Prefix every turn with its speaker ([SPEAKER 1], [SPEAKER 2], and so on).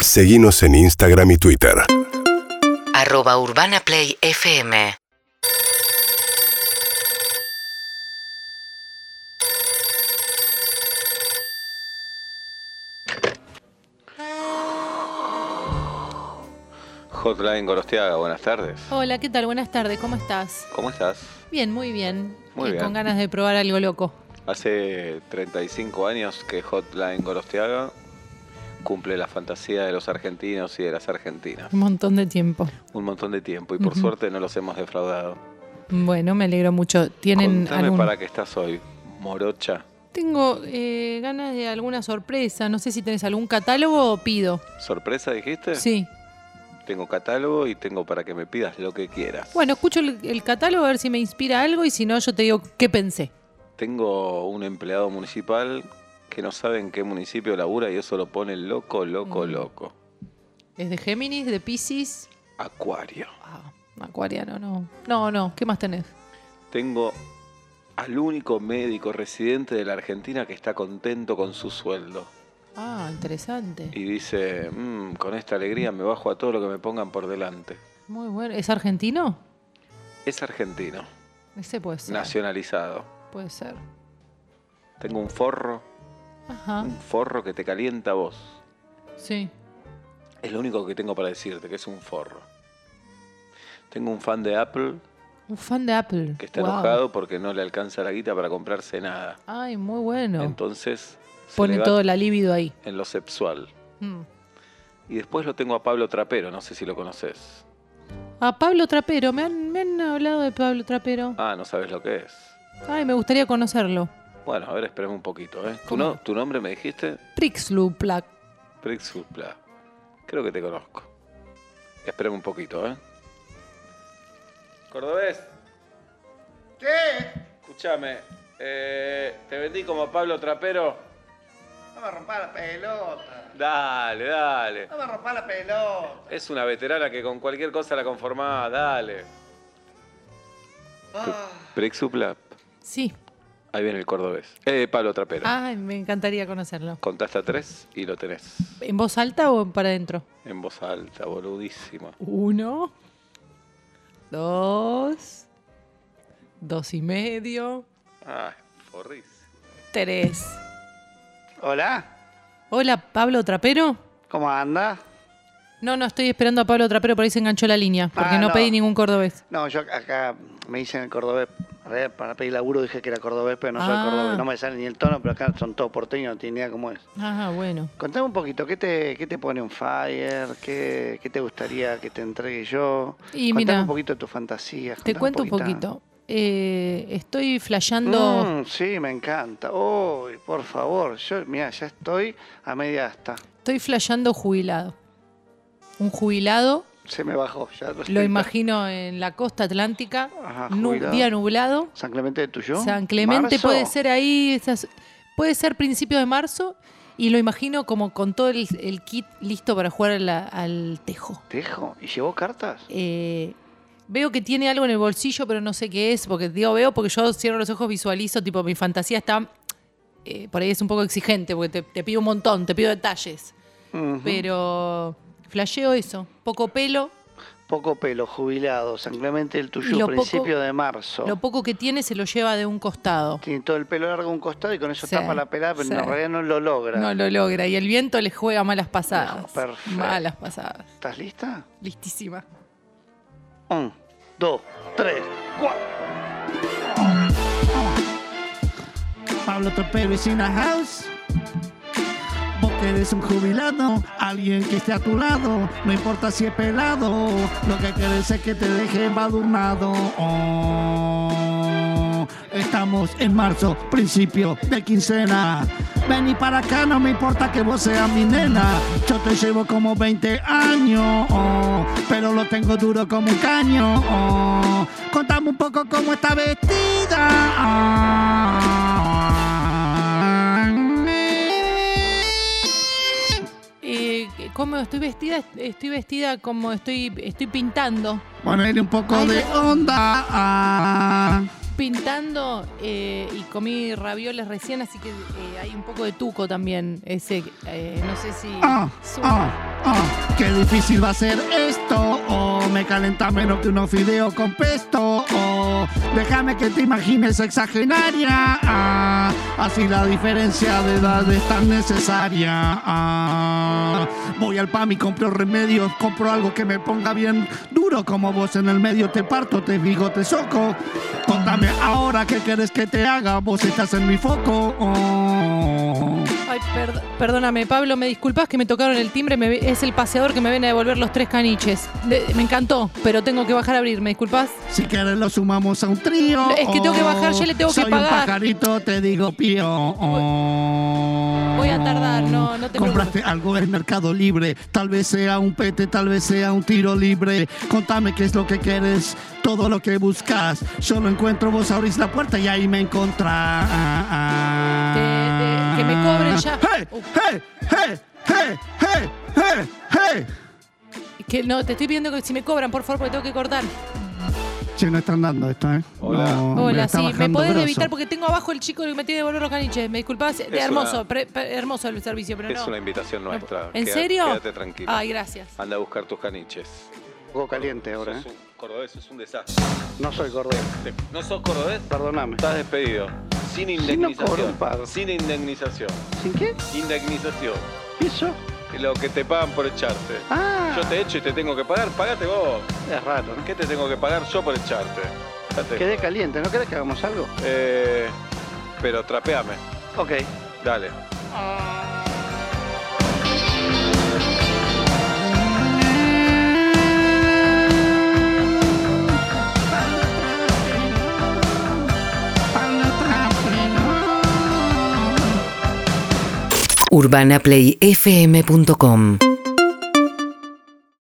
[SPEAKER 1] Seguimos en Instagram y Twitter.
[SPEAKER 2] arroba urbanaplayfm
[SPEAKER 3] Hotline Gorostiaga, buenas tardes.
[SPEAKER 4] Hola, ¿qué tal? Buenas tardes, ¿cómo estás?
[SPEAKER 3] ¿Cómo estás?
[SPEAKER 4] Bien, muy bien.
[SPEAKER 3] Muy
[SPEAKER 4] Y
[SPEAKER 3] bien.
[SPEAKER 4] Con ganas de probar algo loco.
[SPEAKER 3] Hace 35 años que Hotline Gorostiaga cumple la fantasía de los argentinos y de las argentinas.
[SPEAKER 4] Un montón de tiempo.
[SPEAKER 3] Un montón de tiempo y por
[SPEAKER 4] Ujú.
[SPEAKER 3] suerte no los hemos defraudado.
[SPEAKER 4] Bueno, me alegro mucho. ¿Tienen
[SPEAKER 3] Contame
[SPEAKER 4] algún...
[SPEAKER 3] para qué estás hoy, morocha.
[SPEAKER 4] Tengo eh, ganas de alguna sorpresa. No sé si tenés algún catálogo o pido.
[SPEAKER 3] ¿Sorpresa dijiste?
[SPEAKER 4] Sí.
[SPEAKER 3] Tengo catálogo y tengo para que me pidas lo que quieras.
[SPEAKER 4] Bueno, escucho el, el catálogo a ver si me inspira algo y si no, yo te digo qué pensé.
[SPEAKER 3] Tengo un empleado municipal que no sabe en qué municipio labura y eso lo pone loco, loco,
[SPEAKER 4] Mm.
[SPEAKER 3] loco.
[SPEAKER 4] ¿Es de Géminis, de Pisces?
[SPEAKER 3] Acuario.
[SPEAKER 4] Ah, acuariano, no. No, no. ¿Qué más tenés?
[SPEAKER 3] Tengo al único médico residente de la Argentina que está contento con su sueldo.
[SPEAKER 4] Ah, interesante.
[SPEAKER 3] Y dice, "Mm, con esta alegría me bajo a todo lo que me pongan por delante.
[SPEAKER 4] Muy bueno. ¿Es argentino?
[SPEAKER 3] Es argentino,
[SPEAKER 4] Ese puede ser.
[SPEAKER 3] nacionalizado.
[SPEAKER 4] Puede ser.
[SPEAKER 3] Tengo un forro,
[SPEAKER 4] Ajá.
[SPEAKER 3] un forro que te calienta a vos.
[SPEAKER 4] Sí.
[SPEAKER 3] Es lo único que tengo para decirte, que es un forro. Tengo un fan de Apple
[SPEAKER 4] Un fan de Apple.
[SPEAKER 3] que está
[SPEAKER 4] Wow.
[SPEAKER 3] enojado porque no le alcanza la guita para comprarse nada.
[SPEAKER 4] Ay, muy bueno.
[SPEAKER 3] Entonces, se
[SPEAKER 4] Pone
[SPEAKER 3] le va
[SPEAKER 4] todo la libido ahí.
[SPEAKER 3] en lo sexual.
[SPEAKER 4] Mm.
[SPEAKER 3] Y después lo tengo a Pablo Trapero, no sé si lo conoces.
[SPEAKER 4] A Pablo Trapero, me han, me han hablado de Pablo Trapero.
[SPEAKER 3] Ah, no sabes lo que es.
[SPEAKER 4] Ay, me gustaría conocerlo.
[SPEAKER 3] Bueno, a ver, espérame un poquito, ¿eh? ¿Tu,
[SPEAKER 4] ¿Cómo?
[SPEAKER 3] no- tu nombre me dijiste?
[SPEAKER 4] Prixluplac.
[SPEAKER 3] Prixupla. Creo que te conozco. Espérame un poquito, ¿eh? ¿Cordobés?
[SPEAKER 5] ¿Qué?
[SPEAKER 3] Escúchame. eh, ¿Te vendí como Pablo Trapero?
[SPEAKER 5] No me rompa la pelota.
[SPEAKER 3] Dale, dale.
[SPEAKER 5] No me rompa la pelota.
[SPEAKER 3] Es una veterana que con cualquier cosa la conformaba, dale.
[SPEAKER 5] Ah,
[SPEAKER 3] Prixupla.
[SPEAKER 4] Sí.
[SPEAKER 3] Ahí viene el cordobés. Eh, Pablo Trapero.
[SPEAKER 4] Ay, me encantaría conocerlo.
[SPEAKER 3] Contaste a tres y lo tenés.
[SPEAKER 4] ¿En voz alta o en para adentro?
[SPEAKER 3] En voz alta, boludísima.
[SPEAKER 4] Uno. Dos. Dos y medio.
[SPEAKER 3] Ah, forrísima.
[SPEAKER 4] Tres.
[SPEAKER 5] Hola,
[SPEAKER 4] Hola, Pablo Trapero.
[SPEAKER 5] ¿cómo anda?
[SPEAKER 4] No, no, estoy esperando a Pablo Trapero, por ahí se enganchó la línea, porque
[SPEAKER 5] Ah,
[SPEAKER 4] no
[SPEAKER 5] no.
[SPEAKER 4] pedí ningún cordobés.
[SPEAKER 5] No, yo acá me dicen el cordobés. A ver, Para pedir laburo dije que era cordobés, pero no soy
[SPEAKER 4] Ah.
[SPEAKER 5] cordobés. No me sale ni el tono, pero acá son todos porteños, no tiene idea cómo es.
[SPEAKER 4] Ah, bueno.
[SPEAKER 5] Contame un poquito, ¿qué te, qué te pone un fire? ¿Qué, qué te gustaría que te entregue yo?
[SPEAKER 4] Y
[SPEAKER 5] contame
[SPEAKER 4] mira,
[SPEAKER 5] un poquito de tus fantasías.
[SPEAKER 4] Te
[SPEAKER 5] contame
[SPEAKER 4] cuento un
[SPEAKER 5] poquito.
[SPEAKER 4] poquito. Eh, estoy flasheando.
[SPEAKER 5] Mm, sí, me encanta. Uy, por favor, yo, mira, ya estoy a media asta.
[SPEAKER 4] Estoy flasheando jubilado. Un jubilado,
[SPEAKER 5] Se me bajó, ya
[SPEAKER 4] lo
[SPEAKER 5] estoy-
[SPEAKER 4] imagino en la costa atlántica,
[SPEAKER 5] Ajá,
[SPEAKER 4] nu-
[SPEAKER 5] jubilado.
[SPEAKER 4] día nublado.
[SPEAKER 5] San Clemente de Tuyó.
[SPEAKER 4] San Clemente
[SPEAKER 5] ¿Marzo?
[SPEAKER 4] puede ser ahí, esas- puede ser principio de marzo, y lo imagino como con todo el, el kit listo para jugar a la- al tejo.
[SPEAKER 5] Tejo. ¿Y llevó cartas?
[SPEAKER 4] Eh, veo que tiene algo en el bolsillo, pero no sé qué es, porque digo, veo, porque yo cierro los ojos, visualizo, tipo, mi fantasía está, eh, por ahí es un poco exigente, porque te, te pido un montón, te pido detalles, Mm.
[SPEAKER 5] Ujú.
[SPEAKER 4] pero flasheo eso, poco pelo,
[SPEAKER 5] Poco pelo, jubilado. San Clemente del
[SPEAKER 4] Y
[SPEAKER 5] Tuyú,
[SPEAKER 4] lo poco-
[SPEAKER 5] principio de marzo.
[SPEAKER 4] lo poco que tiene se lo lleva de un costado,
[SPEAKER 5] Tiene todo el pelo largo a un costado y con eso
[SPEAKER 4] Sí,
[SPEAKER 5] tapa la pelada, pero
[SPEAKER 4] sí.
[SPEAKER 5] en realidad no lo logra.
[SPEAKER 4] no lo logra, y el viento le juega malas pasadas,
[SPEAKER 5] No, perfecto.
[SPEAKER 4] malas pasadas,
[SPEAKER 5] ¿Estás lista?
[SPEAKER 4] listísima.
[SPEAKER 5] Un, dos, tres, cuatro.
[SPEAKER 6] Pablo Trapero es in a house. Vos que eres un jubilado, alguien que esté a tu lado, no importa si es pelado, lo que querés es que te deje embadurnado. Oh, estamos en marzo, principio de quincena. Vení para acá, no me importa que vos seas mi nena. Yo te llevo como 20 años, oh, pero lo tengo duro como un caño. oh. Contame un poco cómo está vestida. Ah.
[SPEAKER 4] Eh, ¿Cómo estoy vestida? Estoy vestida como estoy, estoy pintando.
[SPEAKER 6] Ponerle un poco
[SPEAKER 4] Ay,
[SPEAKER 6] de
[SPEAKER 4] me-
[SPEAKER 6] onda. ah.
[SPEAKER 4] pintando eh, y comí ravioles recién, así que eh, hay un poco de tuco también. Ese, eh, no sé si.
[SPEAKER 6] Ah,
[SPEAKER 4] su-
[SPEAKER 6] ah, ah. Qué difícil va a ser esto, oh, me calenta menos que unos fideos con pesto, oh, déjame que te imagines sexagenaria, ah, así la diferencia de edad es tan necesaria. ah. voy al PAMI, compro remedios, compro algo que me ponga bien duro, como vos en el medio te parto, te digo, te soco. Contame ahora qué querés que te haga, vos estás en mi foco. oh.
[SPEAKER 4] Ay, perd- perdóname, Pablo, me disculpas que me tocaron el timbre, me ve- es el paseador que me viene a devolver los tres caniches. De- me encantó, pero tengo que bajar a abrir, ¿me disculpas?
[SPEAKER 6] Si quieres lo sumamos a un trío.
[SPEAKER 4] Es que tengo que bajar, yo le tengo que
[SPEAKER 6] Soy
[SPEAKER 4] pagar.
[SPEAKER 6] un pajarito, te digo pío.
[SPEAKER 4] Voy a tardar, no, no te
[SPEAKER 6] Compraste algo en Mercado Libre, tal vez sea un pete, tal vez sea un tiro libre. Contame qué es lo que quieres, todo lo que buscas. Yo lo encuentro, vos abrís la puerta y ahí me encontrás.
[SPEAKER 4] Te- te- que me cobren ya.
[SPEAKER 6] ¡Hey!
[SPEAKER 4] Uh.
[SPEAKER 6] ¡Hey! ¡Hey! ¡Hey! ¡Hey! ¡Hey! ¡Hey!
[SPEAKER 4] Que no, te estoy pidiendo que si me cobran, por favor, porque tengo que cortar.
[SPEAKER 6] Che, no están dando esto, ¿eh?
[SPEAKER 3] Hola.
[SPEAKER 6] No, me
[SPEAKER 4] Hola,
[SPEAKER 6] está
[SPEAKER 4] sí, me
[SPEAKER 6] bajando
[SPEAKER 4] podés
[SPEAKER 6] grosso.
[SPEAKER 4] evitar porque tengo abajo el chico que me tiene que devolver los caniches. Me disculpas, de
[SPEAKER 3] una-
[SPEAKER 4] hermoso, pre- pre- hermoso el servicio, pero
[SPEAKER 3] Es
[SPEAKER 4] no.
[SPEAKER 3] una invitación
[SPEAKER 4] No.
[SPEAKER 3] nuestra.
[SPEAKER 4] ¿En
[SPEAKER 3] Queda-
[SPEAKER 4] serio?
[SPEAKER 3] Quédate tranquilo.
[SPEAKER 4] Ay, gracias.
[SPEAKER 3] Anda a buscar tus caniches.
[SPEAKER 5] Un poco caliente ahora, ¿eh?
[SPEAKER 3] Sos un cordobés, sos un desastre.
[SPEAKER 5] No soy cordero,
[SPEAKER 3] Te- ¿No sos cordobés?
[SPEAKER 5] perdóname.
[SPEAKER 3] Estás despedido. Sin
[SPEAKER 5] no cobro
[SPEAKER 3] indemnización.
[SPEAKER 5] un pago.
[SPEAKER 3] Sin indemnización.
[SPEAKER 5] ¿Sin qué?
[SPEAKER 3] Indemnización.
[SPEAKER 5] ¿Eso?
[SPEAKER 3] Lo que te pagan por echarte.
[SPEAKER 5] Ah,
[SPEAKER 3] Yo te echo y te tengo que pagar. Pagate vos.
[SPEAKER 5] es raro, ¿no?
[SPEAKER 3] ¿Qué te tengo que pagar yo por echarte? Date.
[SPEAKER 5] Quedé caliente, ¿no querés que hagamos algo?
[SPEAKER 3] Eh, pero trapeame.
[SPEAKER 5] Ok.
[SPEAKER 3] Dale.
[SPEAKER 2] urbanaplayfm.com